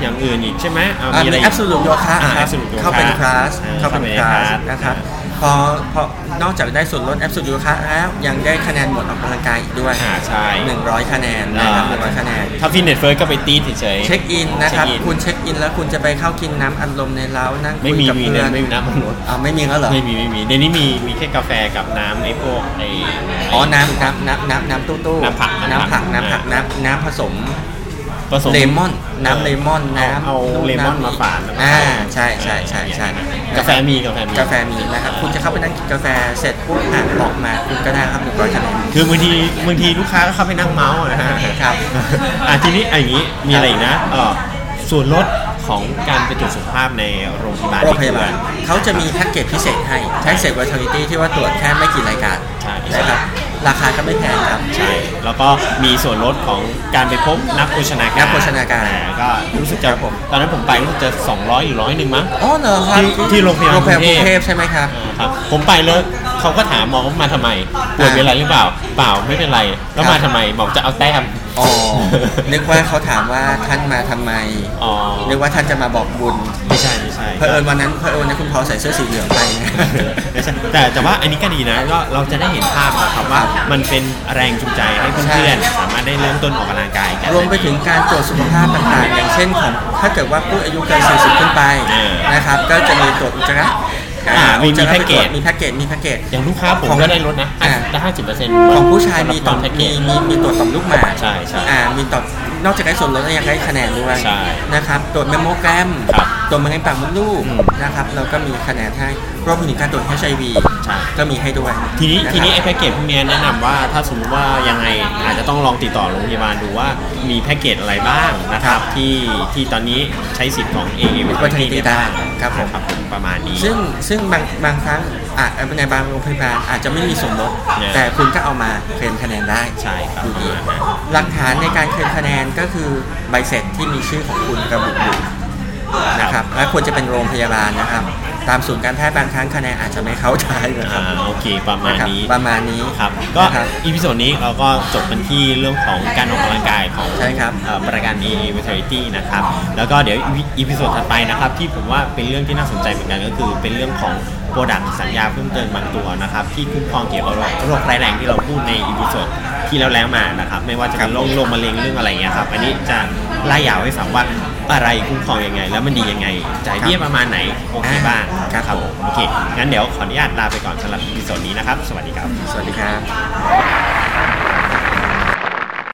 Speaker 1: อย่างอื่นอีกใช่ไหมอ่า
Speaker 2: อ่ะ
Speaker 1: มีอะไร
Speaker 2: มี
Speaker 1: อีก
Speaker 2: แอปสูตรโยคะ
Speaker 1: อ่า
Speaker 2: ครับ
Speaker 1: Absolute Yoga
Speaker 2: เข้าเป็นคลาส
Speaker 1: อ่า
Speaker 2: เข้าเป็นค
Speaker 1: เข้า
Speaker 2: ลา
Speaker 1: เป็น
Speaker 2: ส
Speaker 1: class
Speaker 2: นะครับพอพอนอกจากได้ส่วนลดแอปสูตรโยคะแล้วยังได้คะแนนหมดออกกำลังกายอีกด้วย
Speaker 1: อ่าใช่
Speaker 2: 100 คะแนนนะครับ100 คะแนน
Speaker 1: ถ้าฟิตเนสเฟิร์สก็ไปตีเฉยๆ
Speaker 2: เช็คอินนะครับ
Speaker 1: เช็คอิน
Speaker 2: คุณเช็คอินแล้วคุณจะไปเข้ากินน้ำอัดลมในเล้านั่ง
Speaker 1: ไม่
Speaker 2: คุย
Speaker 1: มี
Speaker 2: กับ
Speaker 1: มี
Speaker 2: เพื่
Speaker 1: นะ
Speaker 2: อน
Speaker 1: ไม่มีน้ำมันลด
Speaker 2: อ๋อไม่มีแล้วเหรอ
Speaker 1: ไม่มีไม่มีในนี้มีมีแค่กาแฟกับน้ำไอ้พวกไอ้
Speaker 2: อ๋อน้ำน้ำน้ำน้ำน้ำตู้ตู้
Speaker 1: น้ำผักน้ำ
Speaker 2: น้ำ
Speaker 1: ผั
Speaker 2: ผั
Speaker 1: ก
Speaker 2: กน้ำผัก
Speaker 1: อ่า
Speaker 2: น้ำน้ำผสม
Speaker 1: ผสม
Speaker 2: เลมอนน้ำเลมอน
Speaker 1: เอา
Speaker 2: น้ำ
Speaker 1: เอาเลมอนมาฝาน
Speaker 2: อ่าใช่ใช่ใช่ใช่
Speaker 1: กาแฟมีกาแฟมี
Speaker 2: กาแฟมีนะครับ คุณจะเข้าไปนั่งกินกาแฟเสร็จปุ๊บอ่ะออกมาคุณก็ได้ครับ100คะแนน
Speaker 1: คือบางทีบางทีลูกค้าก็เข้าไปนั่งเมาส์อะนะฮะ
Speaker 2: ครับ
Speaker 1: อ่ะทีนี้อะอย่างนี้มีอะไรอีกนะเออส่วนลดของการไปตรวจสุขภาพในโรงพยาบาล
Speaker 2: โรงพยาบาล
Speaker 1: ที่ดูแล
Speaker 2: เขาจะมีแพ็กเกจพิเศษให้แพ็กเกจ vitality ที่ว่าตรวจแค่ไม่กี่รายการ
Speaker 1: ใช่
Speaker 2: นะครับราคาก็ไม่แพงครับ
Speaker 1: ใช่แล้วก็มีส่วนลดของการไปพบนักโภชนาการ
Speaker 2: นักโภชนาการ
Speaker 1: อ่ก็รู้สึกจะตอนนั้นผมไปรู้สึกจะ 200หรือร้อยหนึ่งมั้ง
Speaker 2: อ๋อเหรอครับ
Speaker 1: ที่ที่โรงพยาบาล
Speaker 2: โรงพยาบาล
Speaker 1: ก
Speaker 2: ก
Speaker 1: รุ
Speaker 2: รุ
Speaker 1: ง
Speaker 2: ง
Speaker 1: เท
Speaker 2: เท
Speaker 1: พ
Speaker 2: พใช่ไหมครับ
Speaker 1: ครับผมไปแล้วเขา เขาก็ถามหมอว่ามาทำไมป่วยเป็นอะไรหรือเปล่า เปล่าไม่เป็นไร แล้วมาทำไมบอกจะเอาแต้ม
Speaker 2: อ๋อนึกว่าเขาถามว่าท่านมาทำไม
Speaker 1: อ๋อ
Speaker 2: นึกว่าท่านจะมาบอกบุญ
Speaker 1: ไม่ใช่ไม่ใช่
Speaker 2: เผอิญวันนั้นเผอิญนะคุณพอใส่เสื้อสีเหลืองไปนะ
Speaker 1: ไม่ใช่แต่แต่ว่าอันนี้ก็ดีนะก็เราจะได้เห็นภาพนะครับว่ามันเป็นแรงจูงใจให้เพื่อนๆสามารถได้เริ่มต้นออกกำลังกายกัน
Speaker 2: รวมไปถึงการตรวจสุขภาพต่างๆ อย่างเช่นของถ้าเกิดว่าผู้อายุเกิน 40 ขึ้นไป
Speaker 1: เออ
Speaker 2: นะครับ ก็จะมีตรวจอุจจาระ
Speaker 1: อ่ามีมีแพ็กเกจ
Speaker 2: มีแพ็กเกจมีแพ็กเกจ
Speaker 1: อย่างลูกค้าผมก็ได้ลดนะ
Speaker 2: อ่า
Speaker 1: ได้ห้าสิบเปอร์เซ็นต์
Speaker 2: ของผู้ชายมี
Speaker 1: ต
Speaker 2: ต่
Speaker 1: อ
Speaker 2: อน ม
Speaker 1: แพ็กเกจ
Speaker 2: มีมีมีตรวจต่อมลูกหมาก
Speaker 1: ใช่ใช่
Speaker 2: อ่ามีต่อมนอกจากได้ส่วนลดแล้วยังได้คะแนนด้วย
Speaker 1: ใช่
Speaker 2: นะครับตรวจเมมโมแกรม
Speaker 1: ครับ
Speaker 2: ตรวจมะเร็งปากมดลูก
Speaker 1: อืม
Speaker 2: นะครับเราก็มีคะแนนให้รวมไปถึงการตรวจ HIV
Speaker 1: ใช่
Speaker 2: ก็มีให้ด้วย
Speaker 1: ทีนี้
Speaker 2: ะครับ
Speaker 1: ทีนี้ไอ้แพ็กเกจพวกเนี้ยแนะนำว่าถ้าสมมติว่ายังไงอาจจะต้องลองติดต่อโรงพยาบาลดูว่ามีแพ็กเกจอะไรบ้างนะครับ ที่ที่ตอนนี้ใช้สิทธิ์ของ a อ
Speaker 2: วัฒนธรรมได้ครับผม
Speaker 1: ครับผมประมาณนี้
Speaker 2: ซึ่งซึ่งบางบางครั้งอาจในบางโรงพยาบาลอาจจะไม่มีส่วนลด
Speaker 1: เนี่ย
Speaker 2: แต่คุณก็เอามาเคลมคะแนนได้
Speaker 1: ใช่ครับ
Speaker 2: ดู
Speaker 1: ประ
Speaker 2: ดี
Speaker 1: มาณนั้น
Speaker 2: หลักฐานในการเคลมคะแนนก็คือใบเสร็จที่มีชื่อของคุณระบุอยู่นะครับและควรจะเป็นโรงพยาบาลนะครับ ตามศูนย์การแพทย์บางครั้งคะแนนอาจจะไม่เข้าใจนะครั
Speaker 1: อ่า
Speaker 2: บ
Speaker 1: โอเคประมาณ
Speaker 2: ครับ
Speaker 1: นี้
Speaker 2: ประมาณนี้
Speaker 1: ครับก็
Speaker 2: นะครับ
Speaker 1: อีพิโซดนี้เราก็จบกันที่เรื่องของการออกกำลังกายของ
Speaker 2: ใช่ครับ
Speaker 1: เอ่อประกัน AA Vitality นะครับ แล้วก็เดี๋ยวอีพิโซดถัดไปนะครับ ที่ผมว่าเป็นเรื่องที่น่าสนใจเหมือนกันก็คือ เป็นเรื่องของโปรดักสัญญาเพิ่มเติมบางตัวนะครับ ที่คุ้มครองเกี่ยวกับโรคร้ายแรงที่เราพูดในอีพิโซดที่แล้วแล้วมานะครับ ไม่ว่าจะเป็นโรคลมมะเร็งเรื่องอะไรเงี้ยครับอันนี้จะไล่ยาวให้ฟังว่าอะไรคุ้มครองยังไง แล้วมันดียังไงจ่ายเบี้ยประมาณไหนโอเคบ้าง
Speaker 2: ครับผม
Speaker 1: โอเคงั้นเดี๋ยวขออนุญาตลาไปก่อนสำหรับอีพิโซดนี้นะครับสวัสดีครับ
Speaker 2: สวัสดีครับ